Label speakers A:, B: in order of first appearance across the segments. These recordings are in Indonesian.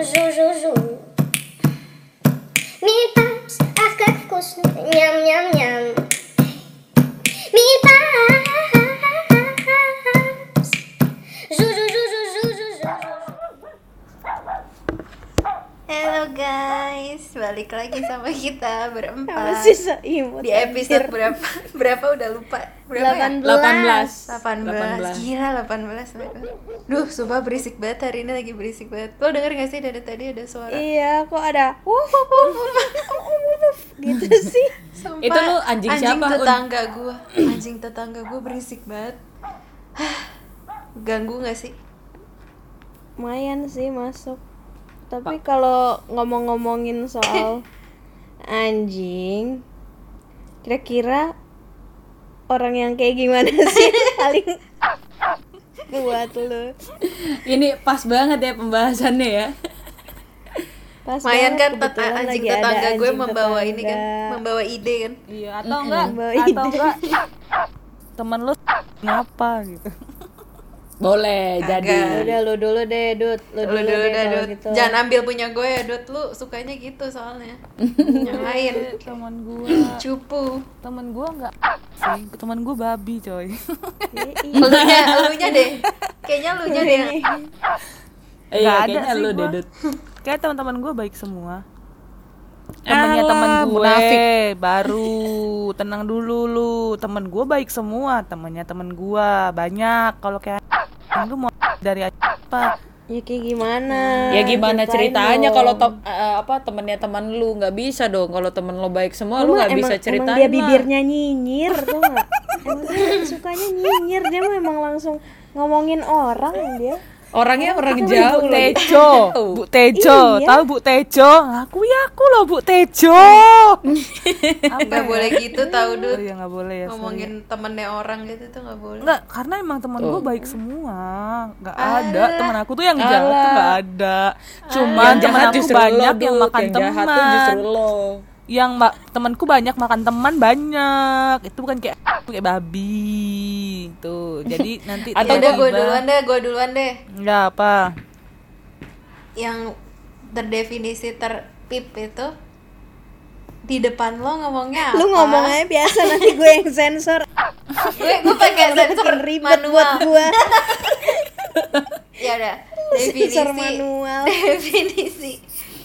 A: жу, жу, жу. Мипас, ах, как вкусно, ням, ням, ням. Мипас, жу, жу, жу, жу, жу, жу, жу, жу.
B: Halo guys, balik lagi sama kita
C: Sama
B: berempat
C: sisa
B: Eh,
C: imut
B: Di episode berapa? ya? Berapa udah lupa? Berapa
C: 18
B: ya? 18.
C: 18
B: Gila 18 Aduh. Duh, sumpah berisik banget hari ini lagi berisik banget Lo denger gak sih dari tadi ada suara?
C: Iya kok ada wuh, wuh, wuh, wuh, wuh, wuh, wuh, Gitu sih
B: Sumpah,
D: Itu lo anjing siapa, Un?
B: tetangga gua Anjing tetangga gua berisik banget Hah, Ganggu gak sih?
C: Lumayan sih masuk Tapi kalau ngomong-ngomongin soal Anjing Kira-kira Orang yang kayak gimana sih Paling Buat lu
D: Ini pas banget ya pembahasannya ya.
C: Pas
B: Mayan
C: banget,
B: kan tet-
C: kebetulan
B: anjing
C: lagi ada
B: tetangga gue
C: anjing
B: membawa ini kan
C: tetangga.
B: Membawa ide kan
D: Iya, atau enggak?
C: Bawa
E: atau
C: ide.
E: enggak temen lu ngapa gitu
D: Boleh jadi.
C: Udah lu dulu deh Dut Lu
B: Lu
C: dulu,
B: dulu
C: deh
B: dah,
C: kalau
B: Dut.
C: gitu
B: Jangan ambil punya gue ya, Dut. Lu sukanya gitu soalnya. Yang lain
E: temen gua
B: cupu.
E: temen gua nggak sih temen gua babi coy
B: Elunya, elunya deh. Kayaknya elunya deh.
D: Iya,
E: Nggak ada
D: kayaknya
E: sih
D: lu
E: gua.
D: dedut.
E: kayak teman-teman gua baik semua temennya temen
D: Alah,
E: gue
D: munafik.
E: baru tenang dulu lu temen gua baik semua temennya temen gua banyak kalau kayak anjing, lu mau dari apa
C: Ya kayak gimana
B: Nah.
D: Ya gimana
C: Eh, Ceritain
D: ceritanya
C: dong.
D: kalau tem- eh, apa temennya teman lu nggak bisa dong kalau temen lo baik semua Oh, lu
C: Emang-
D: nggak bisa
C: emang-
D: ceritain.
C: Emang dia
D: lah.
C: bibirnya nyinyir tuh nggak? Emang dia kan sukanya nyinyir dia mah emang langsung ngomongin orang dia.
D: Orangnya orang
C: Emang
D: jauh
E: Bu
D: lagi.
E: Tejo, Bu Tejo,
C: Iya.
E: tahu Bu Tejo? Aku ya aku loh Bu Tejo. Apa ya?
B: Gak boleh gitu tahu,
E: Oh
B: Dut.
E: iya nggak boleh ya. sorry.
B: Ngomongin temennya orang gitu tuh gak boleh.
E: Enggak, karena emang teman gue baik semua. Enggak ada teman aku tuh yang jahat tuh enggak ada. Cuman
D: Yang
E: teman
D: jahat
E: aku
D: justru
E: banyak
D: lo,
E: yang
D: Dut.
E: makan
D: Yang jahat tuh
E: teman.
D: justru lo.
E: Yang ma- temanku banyak makan teman banyak. Itu bukan kayak kayak babi. Tuh. Jadi nanti
B: Atau
D: Atau
B: udah gue
E: tiba-tiba-
B: duluan deh, gue duluan deh.
E: Enggak apa.
B: Yang terdefinisi terpip itu di depan lo ngomongnya apa?
C: Lu ngomong aja biasa nanti gue yang sensor.
B: gue gue pakai sensor
C: Iya, Bikin ribet buat
B: manual.
C: gue.
B: Ya udah.
C: Sensor
B: Definisi
C: manual.
B: definisi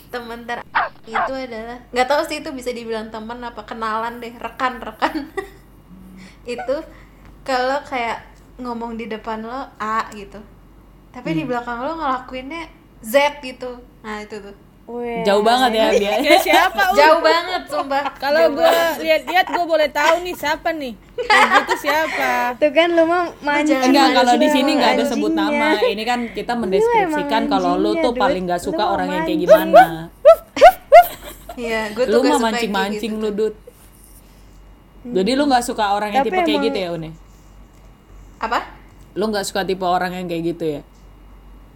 B: teman ter itu adalah nggak tahu sih itu bisa dibilang teman apa kenalan deh rekan rekan itu kalau kayak ngomong di depan lo A gitu tapi
C: Hmm.
B: di belakang lo ngelakuinnya Z gitu nah itu tuh
C: Weh,
D: Jauh banget ya dia.
E: siapa?
B: jauh banget sumpah
E: Kalau gue lihat-lihat gue boleh tahu nih siapa nih. Itu siapa?
C: Tuh kan lu mah mancing.
D: Enggak, kalau di
C: Lu emang
D: sini nggak ada sebut
C: anjingnya.
D: nama. Ini kan kita mendeskripsikan kalau lu
C: anjingnya,
D: tuh
C: Dut.
D: paling nggak
C: Lu
D: suka
C: mah
D: orang yang kayak
C: mancing.
D: gimana.
B: iya gue tuh
D: lu
B: nggak suka yang
D: mah
B: kayak
D: mancing-mancing
B: gitu.
D: lu dut jadi lu nggak suka orang yang
C: Tapi
D: tipe kayak
C: emang-
D: gitu ya Une?
B: apa
D: Lu nggak suka tipe orang yang kayak gitu ya?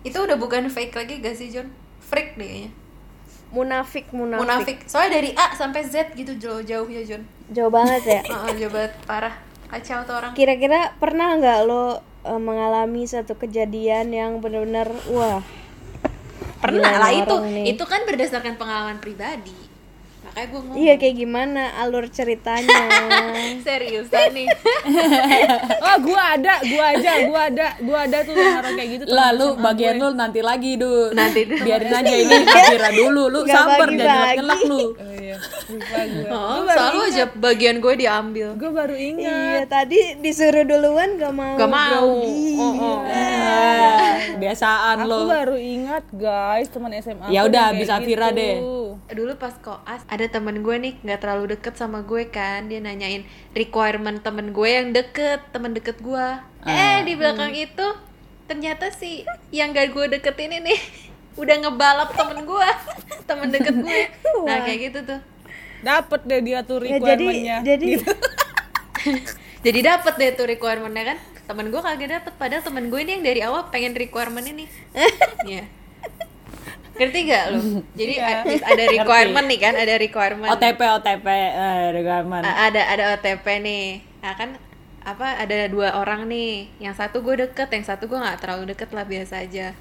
B: itu udah bukan fake lagi gak sih John freak deh kayaknya
C: Munafik, munafik.
B: munafik soalnya dari A sampai Z gitu jauh jauhnya John
C: Jauh banget ya.
B: Heeh, ah, jauh banget parah kacau tuh orang
C: Kira-kira pernah nggak lo eh, mengalami satu kejadian yang benar-benar wah
B: pernah
C: Gimana
B: lah itu
C: orang nih?
B: itu kan berdasarkan pengalaman pribadi makanya gue ngomong
C: Iya kayak gimana alur ceritanya
B: seriusan nih
E: Oh, gua ada, gua aja, gua ada, gua ada tuh yang orang kayak gitu.
D: Lalu bagian lu nanti lagi Dut
B: Nanti dulu.
D: Biarin aja ini Akira dulu Lu
C: Nggak
D: sabar
C: bagi-bagi.
D: jangan nyelak-nyelak lu
E: Oh, iya, lupa gua.
B: oh, selalu aja bagian gue diambil
E: Gua baru ingat.
C: Iya tadi disuruh duluan gak mau.
B: gak mau oh, oh.
D: Ah, Biasaan
E: Aku
D: lu
E: baru ingat, guys, teman SMA.
D: Ya
E: aku
D: udah,
E: yang
D: habis
E: kayak
D: Afira
E: gitu.
D: deh.
B: dulu pas koas ada temen gue nih nggak terlalu deket sama gue kan dia nanyain requirement temen gue yang deket temen deket gue eh di belakang itu ternyata si yang gak gue deketin ini nih udah ngebalap temen gue temen deket gue nah kayak gitu tuh
E: Dapet deh dia tuh
C: Ya, jadi
E: requirement-nya.
C: jadi
B: jadi dapet deh tuh requirementnya kan temen gue kagak dapet padahal temen gue ini yang dari awal pengen requirement ini Iya ngerti gak lo jadi a- ada requirement nih kan ada requirement
D: OTP OTP eh, requirement.
B: A- ada ada OTP nih nah kan apa ada dua orang nih yang satu gue deket yang satu gue nggak terlalu deket lah biasa aja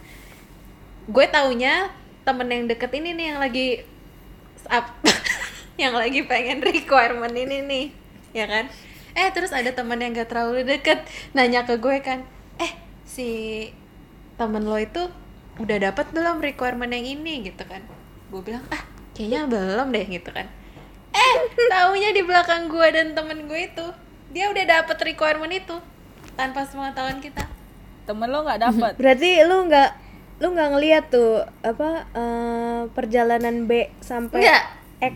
B: gue taunya temen yang deket ini nih yang lagi up yang lagi pengen requirement ini nih ya kan eh terus ada temen yang gak terlalu deket nanya ke gue kan eh si temen lo itu udah dapat belum requirement yang ini gitu kan gue bilang ah kayaknya belum deh gitu kan eh taunya di belakang gue dan temen gue itu dia udah dapat requirement itu tanpa sepengetahuan kita
E: Temen lo nggak dapet
C: Berarti lu nggak lu nggak ngeliat tuh apa eh, perjalanan B sampai
B: Nggak.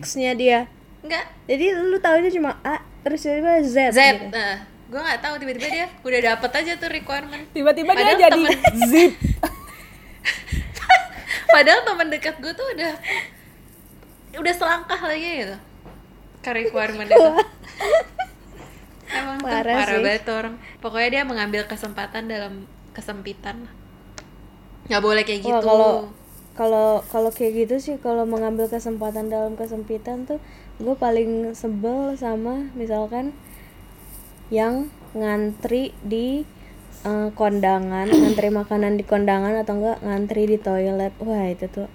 C: X-nya dia.
B: enggak
C: Jadi lu tahunya cuma A terus tiba-tiba Z.
B: Z
C: gitu.
B: nah, gue nggak tahu tiba-tiba dia udah dapet aja tuh requirement
E: Tiba-tiba dia
B: Padahal
E: jadi
B: temen-
E: zip
B: padahal teman dekat gue tuh udah udah selangkah lagi gitu ke requirement itu emang parah,
C: Parah
B: tuh, parah
C: sih.
B: banget tuh orang pokoknya dia mengambil kesempatan dalam kesempitan lah. nggak boleh kayak
C: Wah,
B: gitu
C: kalau kalau kalau kayak gitu sih kalau mengambil kesempatan dalam kesempitan tuh gue paling sebel sama misalkan yang ngantri di eh, kondangan, ngantri makanan di kondangan atau enggak ngantri di toilet. Wah, itu tuh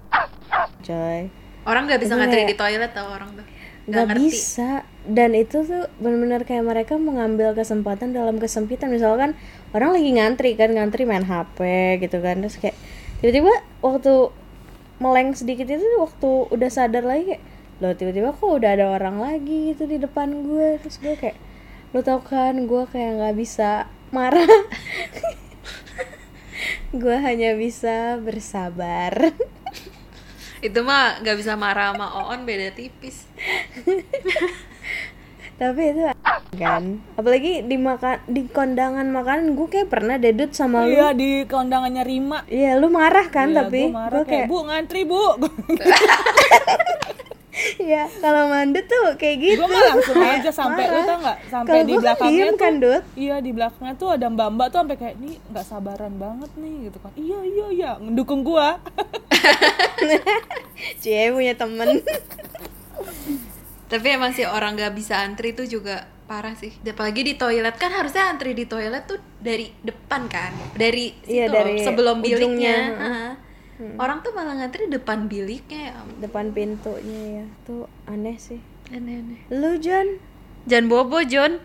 C: coy.
B: orang nggak bisa
C: Itu
B: ngantri
C: kayak-
B: di toilet tau orang tuh nggak
C: nggak
B: ngerti
C: bisa dan itu tuh benar-benar kayak mereka mengambil kesempatan dalam kesempitan misalkan orang lagi ngantri kan ngantri main HP gitu kan terus kayak tiba-tiba waktu meleng sedikit itu waktu udah sadar lagi kayak loh tiba-tiba kok udah ada orang lagi gitu di depan gue terus gue kayak lo tau kan gue kayak nggak bisa marah gue hanya bisa bersabar
B: itu mah nggak bisa marah sama Oon beda tipis
C: tapi itu kan apalagi di makan di kondangan makanan gue kayak pernah dedut sama lu
E: Iya di kondangannya Rima
C: iya lu marah kan
E: Iya,
C: tapi
E: gua marah
C: gue
E: kayak,
C: kayak
E: bu ngantri bu
C: iya kalau mandut tuh kayak gitu
E: gue mah langsung aja sampai lu
C: Marah.
E: tau nggak sampai
C: Kalau
E: di
C: gua kan
E: belakangnya
C: diem
E: tuh
C: kan, Dut.
E: iya di belakangnya tuh ada mbak mbak tuh sampai kayak nih nggak sabaran banget nih gitu kan iya iya iya mendukung gua
C: cie punya temen
B: tapi emang sih orang nggak bisa antri itu juga parah sih apalagi di toilet kan harusnya antri di toilet tuh dari depan kan dari situ
C: Iya,
B: loh,
C: dari
B: sebelum
C: ujungnya, Hmm.
B: biliknya
C: heeh.
B: Heeh. orang tuh malah ngantri depan biliknya ya ampun.
C: depan pintunya ya tuh aneh sih
B: aneh aneh
C: lu John
B: jangan bobo John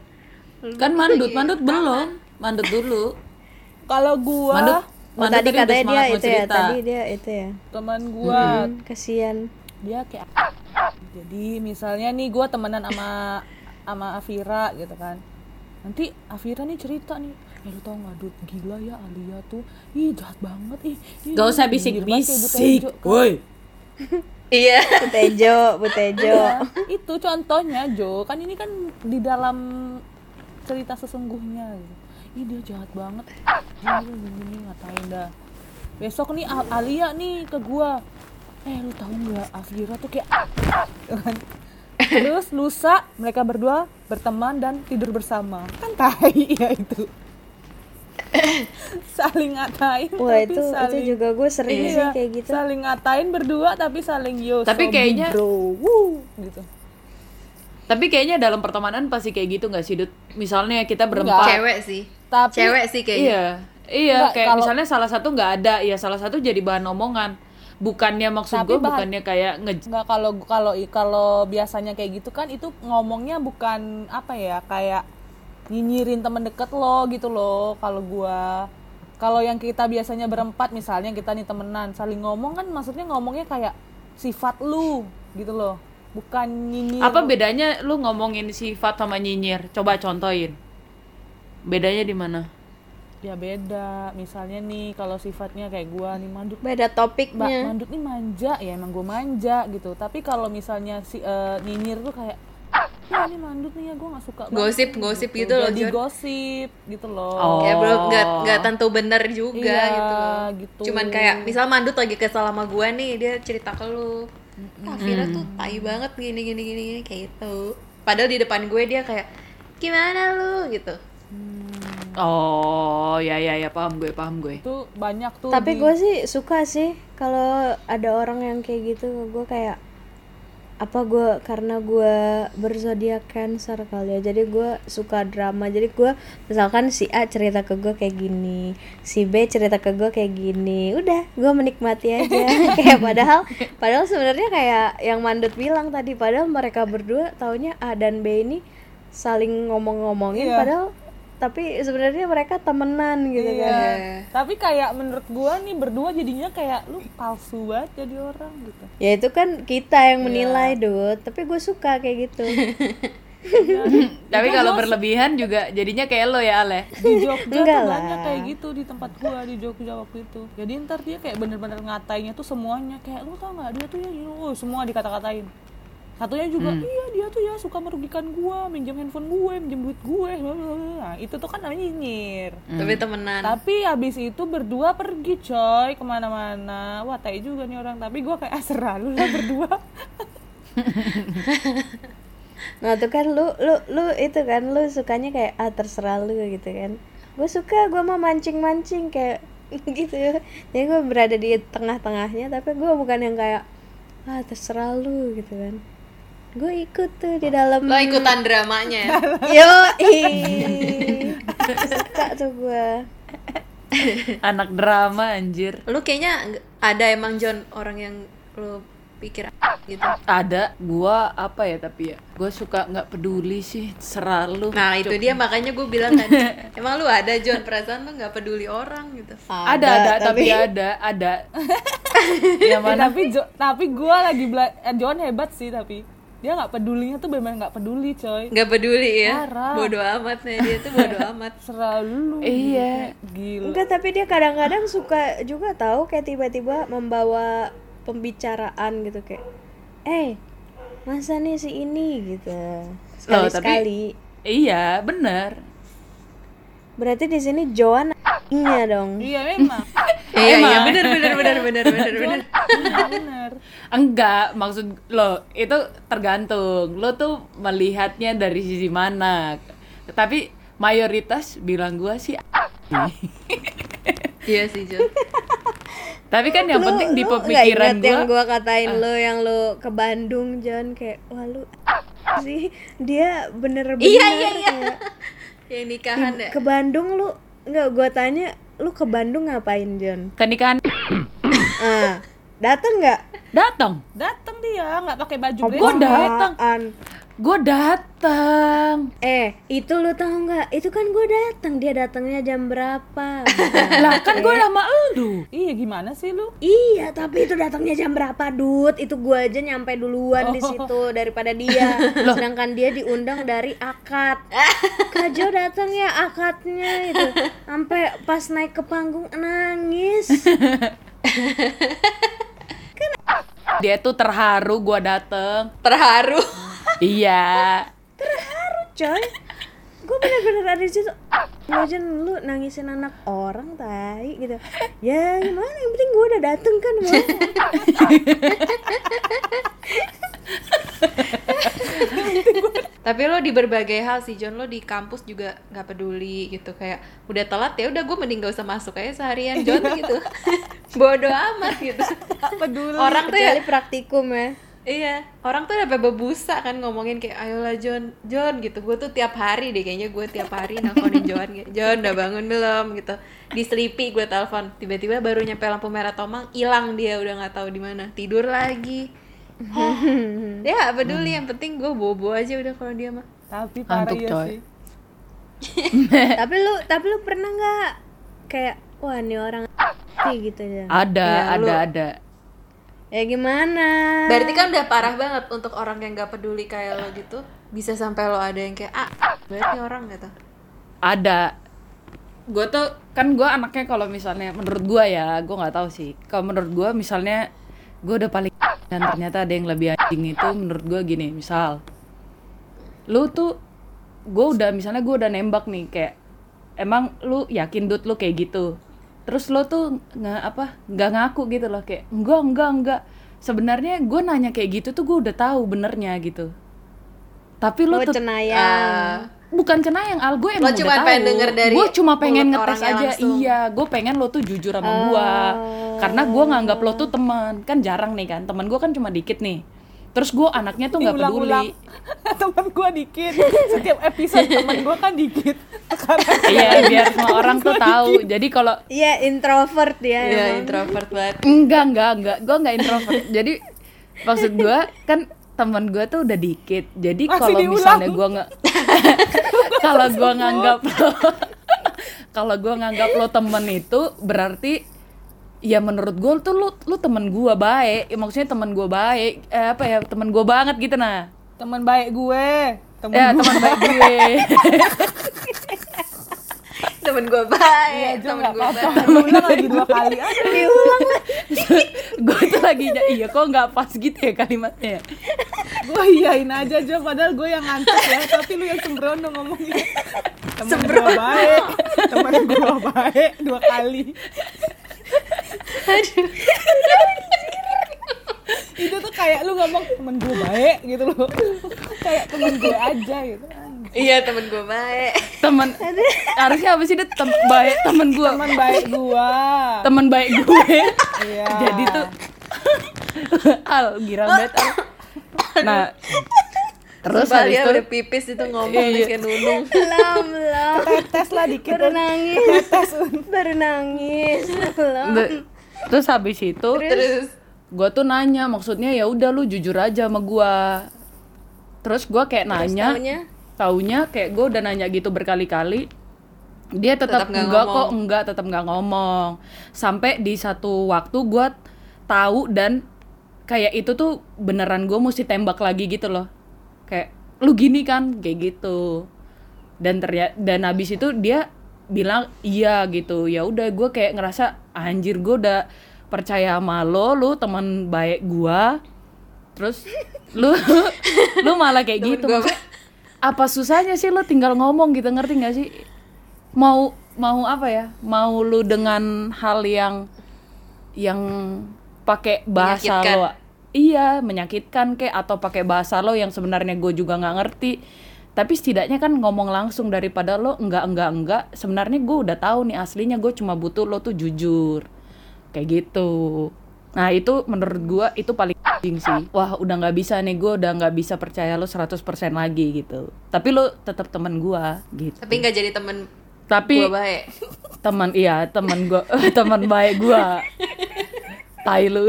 D: Kan mandut, mandut belum. Mandut dulu.
E: kalau gua
D: Mandut,
C: oh,
D: mandut
C: tadi
D: udah
C: katanya dia
D: semangat
C: itu
D: mau
C: ya
D: cerita.
C: tadi dia itu ya
E: teman gua
C: Hmm, kasihan
E: dia kayak jadi misalnya nih gua temenan sama sama Afira gitu kan nanti Afira nih cerita nih "Eh, lu tau nggak Dut? gila ya Alia tuh ih jahat banget ih ih,
D: Gak usah
E: nyindir banget kayak gitu buta
D: bisik-bisik.
E: hijau."
D: Woi.
B: iya
C: butejo butejo
E: Iya, itu contohnya Jo kan ini kan di dalam cerita sesungguhnya gitu. Ih dia jahat banget. Ih, lu gini ngatain dah. Besok nih A- Alia nih ke gua. Eh lu tahu nggak Afira tuh kayak Kan. Terus lusa mereka berdua berteman dan tidur bersama. Kan tai ya itu. saling ngatain
C: wah
E: tapi
C: itu itu
E: saling
C: juga gue sering sih
E: Iya,
C: kayak gitu
E: saling ngatain berdua tapi saling yo
D: Tapi
E: sobi,
D: kayaknya-
E: bro wuh, gitu
D: Tapi kayaknya dalam pertemanan pasti kayak gitu nggak sih, Dut? Misalnya kita berempat.
B: cewek sih
E: tapi
B: cewek sih kayaknya
D: Iya. Iya,
E: Nggak,
D: kayak
E: kalau-
D: misalnya salah satu nggak ada, ya salah satu jadi bahan omongan. Bukannya maksud
E: Tapi
D: gue,
E: bahan-
D: bukannya kayak nge
E: nggak kalau kalau kalau biasanya kayak gitu kan itu ngomongnya bukan apa ya kayak nyinyirin temen deket lo gitu loh kalau gua kalau yang kita biasanya berempat misalnya kita nih temenan saling ngomong kan maksudnya ngomongnya kayak sifat lu gitu loh bukan nyinyir
D: apa bedanya lu ngomongin sifat sama nyinyir? Coba contohin. Bedanya di mana?
E: ya beda misalnya nih kalau sifatnya kayak gua nih mandut
C: iya, beda
E: Mbak
B: Iya.
C: topiknya
E: Mandut nih manja ya emang gue manja gitu tapi kalau misalnya si eh, nyinyir tuh kayak ya ini mandut nih ya gue nggak suka banget
B: Gosip,
E: nih,"
B: gosip gitu loh,
E: jadi
B: Jon.
E: gosip gitu loh
D: Oh.
B: ya bro nggak nggak tentu bener juga
E: Iya,
B: gitu.
E: gitu.
B: cuman kayak misal mandut lagi kesel sama gue nih dia cerita ke lu "Kak Vira tuh tai banget gini gini gini gini," kayak gitu padahal di depan gue dia kayak gimana lu gitu
D: Oh, ya ya ya paham gue, paham gue.
E: itu banyak tuh
C: tapi
E: di-
C: gue sih suka sih kalau ada orang yang kayak gitu gue kayak apa gue karena gue berzodiak cancer kali ya jadi gue suka drama jadi gue misalkan si A cerita ke gue kayak gini si B cerita ke gue kayak gini udah gue menikmati aja kayak padahal padahal sebenarnya kayak yang Mandut bilang tadi padahal mereka berdua taunya A dan B ini saling ngomong-ngomongin
E: Iya.
C: padahal tapi sebenarnya mereka temenan gitu
E: Iya.
C: kan
E: Tapi kayak menurut gua nih berdua jadinya kayak lu palsu banget jadi orang gitu.
C: ya itu kan kita yang menilai Dut tapi gue suka kayak gitu
D: Tapi kalau berlebihan juga jadinya kayak lo ya Ale.
E: Di Jogja
C: Enggak
E: tuh
C: lah.
E: banyak kayak gitu di tempat gua di Jogja waktu itu. Jadi ntar dia kayak bener-bener ngatainya tuh semuanya kayak lu tau nggak dia tuh ya gini, oh, semua dikata-katain. Satunya juga
C: Hmm.
E: iya dia tuh ya suka merugikan gua, minjem handphone gue, minjem duit gue. Nah, itu tuh kan namanya nyinyir.
B: Tapi
C: Nah.
B: temenan.
E: Tapi habis itu berdua pergi coy kemana-mana Wah tai juga nih orang Tapi gua kayak ah, serah lu lah berdua
C: Nah tuh kan lu lu lu itu kan lu sukanya kayak ah terserah lu gitu kan. Gue suka gue mau mancing-mancing kayak gitu. Jadi gue berada di tengah-tengahnya tapi gue bukan yang kayak ah terserah lu gitu kan. Gue ikut tuh di dalam
B: Lo ikutan dramanya ya.
C: Yo. suka tuh gue.
D: Anak drama anjir.
B: Lu kayaknya nggak- ada emang John orang yang lu pikir gitu.
D: Ada gua apa ya tapi ya. Gua suka nggak peduli sih, serah lu.
B: Nah itu dia makanya gue bilang tadi Emang lu ada John perasaan lu gak peduli orang gitu
D: ada ada, tapi... ada ada. Ya, Yang
E: Eh,
D: mana?
E: Tapi Jo- tapi gua lagi bela- eh, John hebat sih tapi Dia nggak pedulinya tuh bener-bener nggak peduli coy
B: Gak peduli ya
E: Parah.
B: Bodoh amat nih dia tuh bodoh amat
E: Serah lu
D: Iya.
E: Gila
C: Enggak, tapi dia kadang-kadang suka juga tahu kayak tiba-tiba membawa pembicaraan gitu kayak, eh masa nih si ini gitu sekali
D: Loh, Oh, tapi-
C: sekali.
D: Iya, bener.
C: Berarti di sini Joan nya dong.
E: Iya memang
B: Iya iya bener bener bener bener bener bener
E: Iya, bener
D: Enggak, maksud lo itu tergantung. Lo tuh melihatnya dari sisi mana. Tapi mayoritas bilang gua sih
B: Iya sih John
D: Tapi kan yang
C: Lu-
D: penting di
C: lu nggak
D: pemikiran
C: ingat
D: gua Ah.
C: yang gua katain lu yang lu ke Bandung John kayak wah lu sih dia bener-bener
B: Iya iya iya
C: kayak,
B: Yang nikahan ya
C: ke Bandung lu nggak gua tanya lu ke Bandung ngapain John?
D: kenikahan
C: Ah, dateng nggak?
D: datang.
E: Dateng dia nggak pakai baju
D: Gua
C: Iya.
E: blazer.
D: datang.
C: Apaan?
D: Gua datang.
C: Eh, itu lu tahu nggak? Itu kan gue datang. Dia datangnya jam berapa?
D: Lah kan gua sama elu.
E: Iya gimana sih lu
C: iya, tapi itu datangnya jam berapa, Dut? Itu gue aja nyampe duluan di
B: Oh.
C: situ daripada dia. Sedangkan dia diundang dari akad. Kak Jo datang ya akadnya itu. Sampai pas naik ke panggung nangis.
D: Dia tuh terharu gua datang.
B: Terharu
D: iya.
C: Coy, gue bener-bener ada di situ. Lu aja lu nangisin anak orang tai gitu. Ya gimana? Yang penting gue udah dateng kan. Mau.
B: Tapi lo di berbagai hal sih John Lo di kampus juga gak peduli gitu Kayak udah telat ya udah gue mending gak usah masuk aja seharian John gitu Bodoh amat gitu
E: Nggak peduli
B: Orang tuh ya
C: Kecuali praktikum ya.
B: Iya, orang tuh sampai bebusa kan ngomongin kayak ayolah John, John gitu. Gue tuh tiap hari deh kayaknya gue tiap hari nelfonin John kayak John udah bangun belum gitu. Di sleepy gue telepon, tiba-tiba baru nyampe lampu merah Tomang, hilang dia udah nggak tahu di mana. Tidur lagi. Ah, Dia nggak peduli, yang penting gue bobo aja udah kalau dia mah.
E: Tapi parah
D: Ngantuk,
E: ya
D: coy.
E: sih
C: tapi lu tapi lu pernah nggak kayak wah ini orang kayak gitu ya.
D: Ada,
B: Ya,
D: ada,
B: lu-
D: ada.
C: Ya gimana?
B: Berarti kan udah parah banget untuk orang yang nggak peduli kayak lo gitu, bisa sampai lo ada yang kayak ah, berarti orang gitu.
D: ada gue tuh kan gue anaknya kalau misalnya menurut gue ya gue nggak tahu sih kalau menurut gue misalnya gue udah paling dan ternyata ada yang lebih anjing itu menurut gue gini misal lu tuh gue udah misalnya gue udah nembak nih kayak emang lu yakin dut lu kayak gitu terus lu tuh nggak apa nggak ngaku gitu loh kayak enggak enggak enggak sebenarnya gue nanya kayak gitu tuh gue udah tahu benernya gitu tapi
C: Lu
D: lu tet-
B: ah.
C: Oh, cenayang.
D: bukan cenayang al gue
B: Lo
D: emang
B: cuma pengen denger dari
D: gue cuma pengen
B: mulut
D: ngetes
B: orangnya
D: aja
B: langsung. Oh.
D: iya gue pengen lo tuh jujur sama gua gue karena gue nganggap lo tuh teman kan jarang nih kan teman gue kan cuma dikit nih terus gue anaknya tuh nggak
E: Diulang-ulang.
D: peduli
E: temen gue dikit setiap episode temen gue kan dikit sekarang
D: iya biar semua orang tuh tahu jadi kalau
C: Iya introvert ya.
B: Iya,
C: emang.
B: introvert banget.
D: enggak enggak enggak gue nggak introvert jadi maksud gue kan teman gue tuh udah dikit jadi
E: Masih
D: kalau
E: diulang.
D: misalnya gue nggak kalau gue nganggap lo kalau gue nganggap lo temen itu berarti ya menurut gue tuh lu lu temen gue baik Ya, maksudnya temen gue baik eh, apa ya temen gue banget gitu nah
E: temen baik gue temen
D: ya
E: gue
D: teman baik gue
B: Temen gue baik, temen
E: aja Iya, nggak
B: gue
E: apa-apa
B: baik.
E: diulang lagi dua kali aja
D: gue tuh lagi ny- iya kok nggak pas gitu ya kalimatnya ya?
E: gue iyain aja Jo padahal gue yang ngantuk ya tapi lu yang sembrono ngomongnya temen gue baik temen gue baik dua kali itu tuh kayak lu ngomong temen gue baik gitu loh kayak temen gue aja gitu
B: Iya, temen gue baik.
D: temen harusnya apa sih dia tem baik temen gue
E: temen baik gua
D: teman baik gue
E: iya
D: jadi tuh al girang banget Al. nah terus
B: Sumpah,
D: habis
B: dia
D: itu
B: udah pipis itu ngomong
D: Iya, iya.
B: kayak nunung.
C: Belum, belum.
E: tetes lah dikit
C: Baru nangis. Baru nangis. Belum.
D: de- terus habis itu
B: Terus
D: gue tuh nanya maksudnya ya udah lu jujur aja sama gue terus gue kayak nanya
C: taunya?
D: taunya kayak gue udah nanya gitu berkali-kali dia
B: Tetap
D: tetap,
B: nggak
D: enggak
B: ngomong.
D: kok enggak tetap nggak ngomong sampai di satu waktu gue tahu dan kayak itu tuh beneran gue mesti tembak lagi gitu loh kayak lu gini kan kayak gitu dan ternyata dan habis itu dia bilang iya gitu ya udah gue kayak ngerasa anjir gue udah percaya sama lo lu teman baik gue terus lu lu malah kayak gitu
B: gua-
D: Maksudnya, apa susahnya sih lo tinggal ngomong gitu ngerti nggak sih mau mau apa ya mau lu dengan hal yang yang pakai bahasa
B: Menyakitkan.
D: lo iya menyakitkan kek atau pakai bahasa lo yang sebenarnya gue juga nggak ngerti tapi setidaknya kan ngomong langsung daripada lo enggak enggak enggak sebenarnya gue udah tahu nih aslinya gue cuma butuh lo tuh jujur kayak gitu nah itu menurut gue itu paling anjing sih wah udah nggak bisa nih gue udah nggak bisa percaya lo 100% lagi gitu tapi lo tetap teman gue gitu
B: tapi nggak jadi temen
D: tapi
B: gue baik.
D: teman iya teman gua teman baik gua tai lu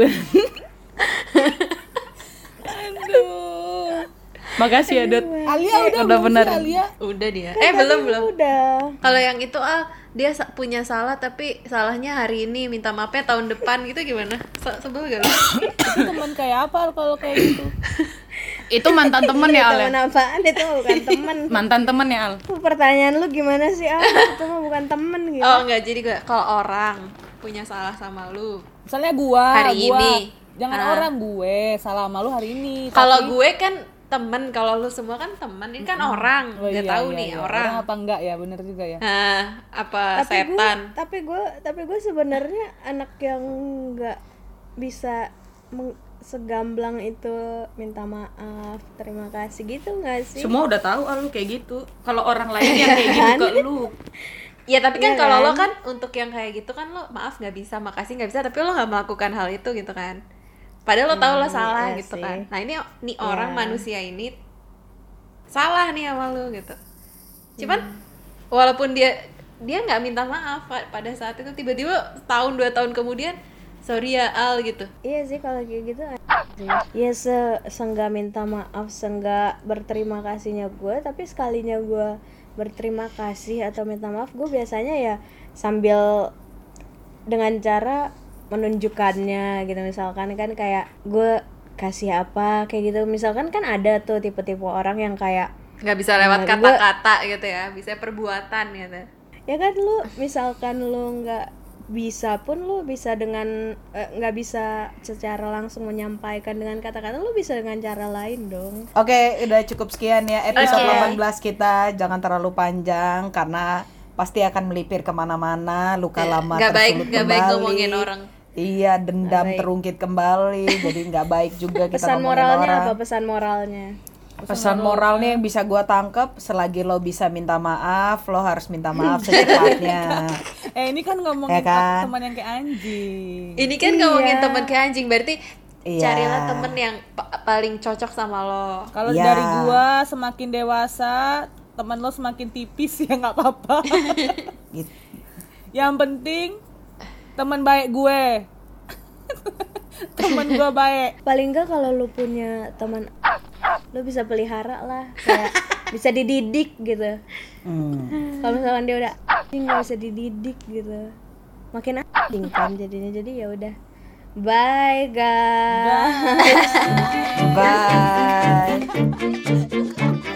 D: makasih ya Dut
E: Alia udah
D: udah
E: belum
D: benar
E: sih, Alia
B: Udah dia. Eh, belum belum.
C: Udah.
B: Kalau yang itu ah dia sa- punya salah tapi salahnya hari ini minta maafnya tahun depan gitu gimana? Se- Sebel gak lu?
E: itu temen kayak apa kalau kayak gitu
D: itu mantan teman ya Al ya?
C: Temen apaan itu mah bukan temen.
D: mantan teman ya Al
C: Pertanyaan lu gimana sih? Ah, itu mah bukan temen gitu.
B: Oh nggak jadi gue kalau orang punya salah sama lu.
E: misalnya gua
B: Hari
E: gua.
B: ini.
E: jangan
B: Ah.
E: orang gue salah malu hari ini
B: Kalau gue kan temen, kalau lu semua kan temen, ini kan orang,
E: Tapi- Oh,
B: nggak
E: iya,
B: tahu
E: iya,
B: nih
E: iya.
B: orang.
E: apa enggak ya bener juga ya
B: Nah, apa
C: gue,
B: setan?
C: tapi gue, tapi gue sebenarnya anak yang nggak bisa meng- segamblang itu minta maaf, terima kasih gitu nggak sih?
D: semua udah tahu Al lu kayak gitu kalau orang lain yang kayak gitu ke lu
B: Ya tapi
C: Iya
B: kan kalau lo kan untuk yang kayak gitu kan lo maaf nggak bisa, makasih nggak bisa, tapi lo nggak melakukan hal itu gitu kan. Padahal lo tahu lo salah
C: iya
B: gitu
C: sih. Iya.
B: kan. Nah ini nih orang manusia ini salah nih sama lo gitu. Cuman
C: Hmm.
B: walaupun dia dia nggak minta maaf pa- pada saat itu tiba-tiba tahun dua tahun kemudian sorry ya Al gitu.
C: Iya sih kalau kayak gitu a- sih. Ya se seenggak minta maaf, seenggak berterima kasihnya gue Tapi sekalinya gue berterima kasih atau minta maaf Gue biasanya ya sambil dengan cara menunjukkannya gitu Misalkan kan kayak gue kasih apa kayak gitu Misalkan kan ada tuh tipe-tipe orang yang kayak
B: Nggak bisa lewat
C: Nah, gua-
B: kata-kata gitu ya, bisa perbuatan gitu.
C: ya kan lu misalkan lu nggak bisa pun lu bisa dengan eh, nggak bisa secara langsung menyampaikan dengan kata-kata lu bisa dengan cara lain dong
E: Oke, udah cukup sekian ya episode
B: Oke.
E: 18 kita. Jangan terlalu panjang karena pasti akan melipir kemana-mana. Luka lama
B: Iya. nggak baik-
E: tersulut
B: nggak baik
E: kembali.
B: ngomongin orang.
E: Iya, dendam terungkit kembali. Jadi nggak baik juga kita
C: pesan
E: ngomongin
C: moralnya
E: orang.
C: apa pesan moralnya
E: Pesan moralnya yang bisa gua tangkep, selagi lo bisa minta maaf, lo harus minta maaf secepatnya.
F: Eh ini kan ngomongin
E: Ya kan?
F: teman yang kayak anjing.
B: Ini kan ngomongin teman kayak anjing berarti
F: Iya.
B: carilah temen yang pa- paling cocok sama lo
E: Kalau
F: Iya.
E: dari gua semakin dewasa, teman lo semakin tipis ya nggak apa-apa.
F: Gitu.
E: Yang penting teman baik gue. teman gue baik.
C: paling enggak kalau lu punya teman lu bisa pelihara lah kayak bisa dididik gitu
F: Hmm.
C: kalau misalkan dia udah anjing nggak bisa dididik gitu makin anjing kan jadinya jadi ya udah bye guys
F: Bye.